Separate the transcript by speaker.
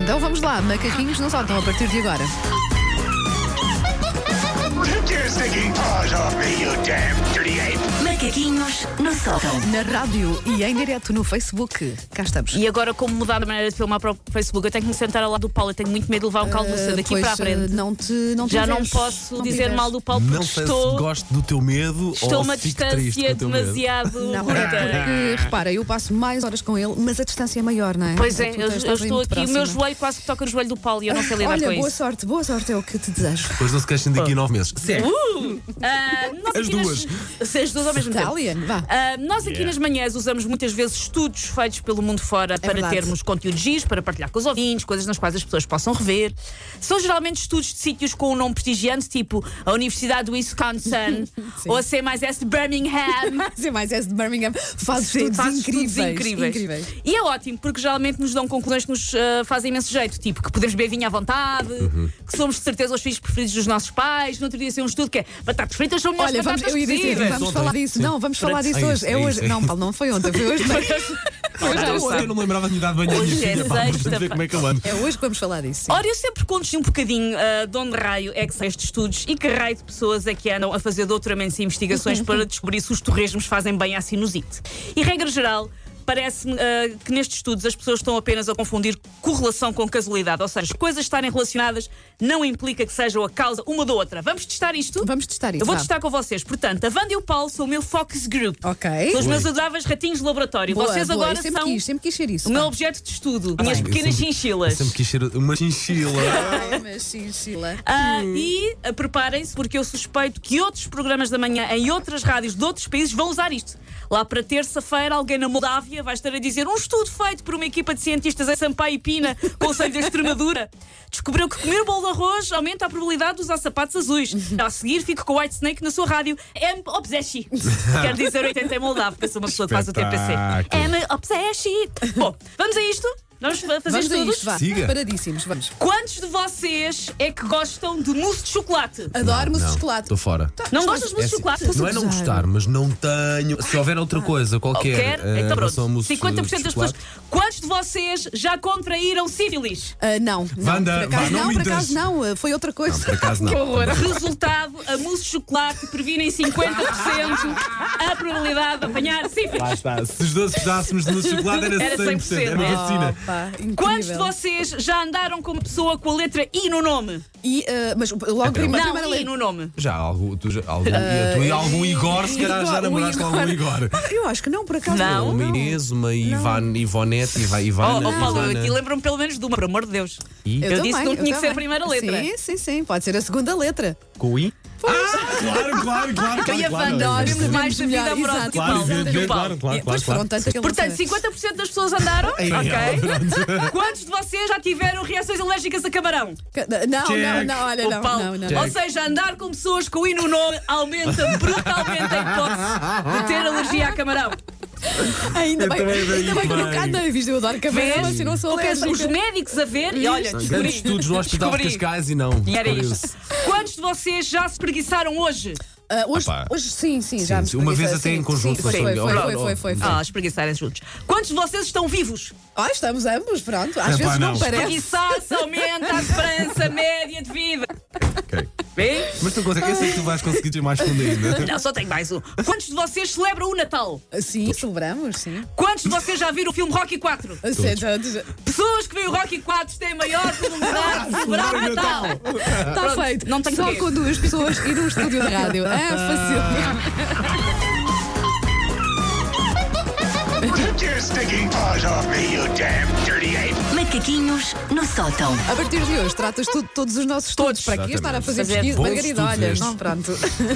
Speaker 1: Então vamos lá, macaquinhos não saltam a partir de agora.
Speaker 2: Take your stinking paws off me, you damn dirty ape!
Speaker 3: Macaquinhos no sótão.
Speaker 1: Na rádio e em direto no Facebook. Cá estamos.
Speaker 4: E é agora, como mudar a maneira de filmar para o Facebook, eu tenho que me sentar ao lado do Paulo. Eu tenho muito medo de levar um caldo
Speaker 1: Eh,
Speaker 4: uh, daqui
Speaker 1: pois,
Speaker 4: para a
Speaker 1: eh,
Speaker 4: frente.
Speaker 1: Não te, não te
Speaker 4: Já não
Speaker 1: veres,
Speaker 4: posso
Speaker 1: não te
Speaker 4: dizer
Speaker 1: veres.
Speaker 4: mal do Paulo porque
Speaker 5: Não sei se
Speaker 4: estou,
Speaker 5: gosto do teu medo
Speaker 4: estou a
Speaker 5: ou
Speaker 4: uma
Speaker 5: se fico triste com
Speaker 4: distância
Speaker 5: o teu medo.
Speaker 4: demasiado
Speaker 1: Não, é
Speaker 4: curta.
Speaker 1: porque, repara, eu passo mais horas com ele, mas a distância é maior, não é?
Speaker 4: Pois
Speaker 1: Tu
Speaker 4: é, eu,
Speaker 1: tens-
Speaker 4: eu
Speaker 1: estás aí
Speaker 4: estou
Speaker 1: muito
Speaker 4: aqui, o meu
Speaker 1: próxima.
Speaker 4: joelho quase que toca no joelho do Paulo e eu não sei lidar
Speaker 1: Olha,
Speaker 4: com
Speaker 1: boa
Speaker 4: isso.
Speaker 1: sorte, boa sorte é o que te desejo.
Speaker 5: Depois não se queixem daqui a nove meses. Segue.
Speaker 4: Ah, nós
Speaker 5: As
Speaker 4: aqui nas- Se as duas ao mesmo tempo.
Speaker 1: Italian, vá.
Speaker 4: Ah, nós aqui nas manhãs usamos muitas vezes estudos feitos pelo mundo fora para
Speaker 1: É verdade.
Speaker 4: termos conteúdo giros, para partilhar com os ouvintes, coisas nas quais as pessoas possam rever. São geralmente estudos de sítios com um nome prestigiante, tipo a Universidade do Wisconsin ou a C mais S de Birmingham.
Speaker 1: Sim, mais esse de Birmingham faz
Speaker 4: Sim,
Speaker 1: estudos
Speaker 4: faz
Speaker 1: incríveis.
Speaker 4: estudos incríveis. E é ótimo, porque geralmente nos dão conclusões que nos ah, fazem imenso jeito. Tipo, que podemos beber vinho à vontade, que somos de certeza os filhos preferidos dos nossos pais. No outro dia saiu um estudo que é batatas fritas são melhores
Speaker 1: Olha, vamos,
Speaker 4: batatas
Speaker 1: eu ia dizer,
Speaker 4: possíveis.
Speaker 1: vamos
Speaker 5: Ontem.
Speaker 1: falar disso. Não, vamos falar disso
Speaker 5: É isso,
Speaker 1: hoje. É
Speaker 5: é
Speaker 1: hoje.
Speaker 5: isso, é
Speaker 1: Não,
Speaker 5: isso.
Speaker 1: Paulo, não foi ontem, foi hoje.
Speaker 4: Então,
Speaker 5: Eu não me lembrava de me dar de banho à minha
Speaker 4: Hoje é
Speaker 5: filha, pá, vamos
Speaker 4: sexta,
Speaker 5: ver como é que eu ando.
Speaker 1: É hoje que vamos falar disso. sim.
Speaker 4: Ora, eu sempre conto um bocadinho ah, de onde raio é que saem estes estudos e que raio de pessoas é que andam a fazer doutoramentos e
Speaker 1: Uhum.
Speaker 4: investigações para descobrir se os torresmos fazem bem à sinusite. E, regra geral, parece-me ah, que nestes estudos as pessoas estão apenas a confundir correlação com casualidade. Ou seja, as coisas estarem relacionadas não implica que sejam a causa uma da outra. Vamos testar isto?
Speaker 1: Vamos testar isso.
Speaker 4: Eu vou
Speaker 1: vá.
Speaker 4: testar com vocês. Portanto, a Wanda e o Paulo são o meu focus group.
Speaker 1: Ok.
Speaker 4: São os meus adoráveis ratinhos de laboratório.
Speaker 1: Boa,
Speaker 4: vocês
Speaker 1: boa.
Speaker 4: agora
Speaker 1: Eu sempre
Speaker 4: são
Speaker 1: quis, sempre quis ser isso. é
Speaker 4: o meu
Speaker 1: pá.
Speaker 4: objeto de estudo. minhas
Speaker 5: Eu
Speaker 4: pequenas
Speaker 5: sempre-
Speaker 4: chinchilas.
Speaker 5: eu Sempre quis ser uma chinchila.
Speaker 1: Ai, mas sim, Sheila.
Speaker 4: Ah, e ah, preparem-se, porque eu suspeito que outros programas da manhã em outras rádios de outros países vão usar isto. Lá para terça-feira, alguém na Moldávia vai estar a dizer um estudo feito por uma equipa de cientistas em Sampaio e Pina, Conselho da Extremadura. Descobriu que comer bolo de arroz aumenta a probabilidade de usar sapatos azuis. A seguir, fico com o White Snake na sua rádio. M. Obseshi. Quer dizer 80 em Moldavo, porque sou uma pessoa que faz o TPC.
Speaker 5: Espetáculo.
Speaker 4: M. Obseshi. Bom, vamos a isto? Vamos fa- fazer
Speaker 1: Vamos a
Speaker 4: estudos?
Speaker 1: isto, vá.
Speaker 5: Siga.
Speaker 1: Paradíssimos, vamos.
Speaker 4: Quantos de vocês é que gostam de mousse de chocolate? Tá,
Speaker 1: Adoro mousse de
Speaker 5: Não,
Speaker 1: chocolate.
Speaker 5: Estou fora.
Speaker 4: Não gostas de mousse de chocolate?
Speaker 5: Não é não
Speaker 1: Estás a
Speaker 5: gostar, mas não tenho. Se houver outra coisa
Speaker 4: Quer?
Speaker 5: qualquer, eh,
Speaker 4: então pronto.
Speaker 5: relação a mousse de
Speaker 4: 50% das pessoas.
Speaker 5: chocolate,
Speaker 4: Quantos de vocês já contraíram sífilis?
Speaker 1: Ah, não, não.
Speaker 5: Wanda,
Speaker 1: por acaso
Speaker 5: vá, não
Speaker 1: não, por
Speaker 5: mintas.
Speaker 1: acaso não. ah, Foi outra coisa.
Speaker 5: Por acaso não.
Speaker 4: Resultado: a mousse de chocolate previne em 50% a probabilidade de apanhar sífilis.
Speaker 5: Lá está. Se os doces dássemos de mousse de chocolate, era 100%.
Speaker 4: Era
Speaker 5: Era
Speaker 4: 100%.
Speaker 5: vacina.
Speaker 1: Opa, incrível.
Speaker 4: Quantos de vocês já andaram com uma pessoa com a letra I no nome?
Speaker 1: E, ah, mas logo prima,
Speaker 4: não,
Speaker 1: primeira
Speaker 4: I
Speaker 1: lei.
Speaker 4: no nome.
Speaker 5: Já, algo, tu, já, algum, tu
Speaker 4: Eh,
Speaker 5: e algum Igor, se calhar já
Speaker 4: um
Speaker 1: Igor,
Speaker 5: namoraste
Speaker 1: o
Speaker 5: com algum Igor.
Speaker 1: Ah, Eu acho que não, por acaso.
Speaker 4: Não.
Speaker 5: Uma Inês, uma Ivan, Ivonete, Iva,
Speaker 4: Oh,
Speaker 5: Ivana.
Speaker 4: um? oh, Paulo, eu
Speaker 5: Ivana.
Speaker 4: aqui lembro-me pelo menos de uma, por amor de Deus.
Speaker 5: I?
Speaker 4: Eu, disse que
Speaker 1: também, eu
Speaker 4: não tinha que ser a
Speaker 1: também.
Speaker 4: primeira letra.
Speaker 1: Sim, sim, sim. Pode ser a segunda letra.
Speaker 5: Com o I? Ah, claro, claro, claro.
Speaker 4: Eu e a
Speaker 5: claro, claro,
Speaker 4: Wanda
Speaker 1: nós
Speaker 4: sabemos mais da vida
Speaker 1: melhor,
Speaker 4: amorosa
Speaker 1: exato.
Speaker 4: do
Speaker 5: Claro,
Speaker 4: Paulo.
Speaker 5: evidentemente,
Speaker 4: Do Paulo.
Speaker 5: claro, claro,
Speaker 1: Depois foram
Speaker 5: claro, claro.
Speaker 4: então,
Speaker 1: tantas que eu não
Speaker 4: Portanto,
Speaker 1: sei.
Speaker 4: 50% das pessoas andaram.
Speaker 5: Ei,
Speaker 4: ok. Quantos de vocês já tiveram reações alérgicas a camarão?
Speaker 1: Não, não,
Speaker 5: Check.
Speaker 1: não, olha,
Speaker 4: Ou
Speaker 1: não,
Speaker 4: Paulo?
Speaker 1: não, não.
Speaker 5: Check.
Speaker 4: Ou seja, andar com pessoas com I no nome aumenta brutalmente a hipótese de ter alergia a camarão.
Speaker 1: Ainda bem,
Speaker 5: também
Speaker 1: ainda
Speaker 5: daí,
Speaker 1: bem que
Speaker 5: bem.
Speaker 1: nunca andei, viste? Eu adoro cabelo,
Speaker 4: Vês? é
Speaker 1: assim não sou
Speaker 4: Ou penso, os
Speaker 1: alérgica.
Speaker 4: médicos a ver e olha, descobri.
Speaker 5: Grandes estudos no Hospital de
Speaker 4: descobri.
Speaker 5: Cascais e não.
Speaker 4: E era
Speaker 5: descobriu-se.
Speaker 4: isto. Quantos de vocês já se preguiçaram hoje?
Speaker 1: Ah, hoje,
Speaker 5: Opá.
Speaker 1: hoje sim, sim, já
Speaker 5: Sim,
Speaker 1: me
Speaker 5: sim, uma vez
Speaker 1: espreguicei,
Speaker 5: até em
Speaker 1: sim,
Speaker 5: conjunto,
Speaker 1: sim,
Speaker 5: mas
Speaker 1: Foi, foi,
Speaker 5: sim,
Speaker 1: foi,
Speaker 5: oh,
Speaker 1: foi,
Speaker 5: oh,
Speaker 1: foi, foi.
Speaker 4: Ah, espreguiçarem juntos. Quantos de vocês estão vivos?
Speaker 1: Ah, estamos ambos, pronto. Às
Speaker 5: Epá,
Speaker 1: vezes não
Speaker 5: não.
Speaker 1: parece.
Speaker 4: Preguiçar-se aumenta a esperança média de vida.
Speaker 5: Ok.
Speaker 4: Bem?
Speaker 5: Mas tu consegues, eu sei que tu vais conseguir ter mais fundo ainda.
Speaker 4: Não, só tenho mais um. Quantos de vocês celebram o Natal?
Speaker 1: Sim, celebramos, sim.
Speaker 4: Quantos de vocês já viram o filme Rocky 4?
Speaker 1: Sim, já-
Speaker 4: Pessoas que veem o Rocky 4 têm maior probabilidade de celebrar o Natal.
Speaker 1: Está
Speaker 4: Pronto,
Speaker 1: Tá feito.
Speaker 4: não tenho
Speaker 1: Só
Speaker 4: quê.
Speaker 1: com duas pessoas e num estúdio de rádio. É
Speaker 5: Ah.
Speaker 1: fácil.
Speaker 2: Take your stinking paws off me, you damn dirty ape!
Speaker 3: Macaquinhos no sótão.
Speaker 1: A partir de hoje, tratas tu de todos os nossos estudos. Para aqui estar a fazer
Speaker 4: Fazer
Speaker 1: pesquisa.
Speaker 5: bons
Speaker 1: Margarida,
Speaker 5: estudos
Speaker 1: olha,
Speaker 5: estes.
Speaker 1: não, pronto.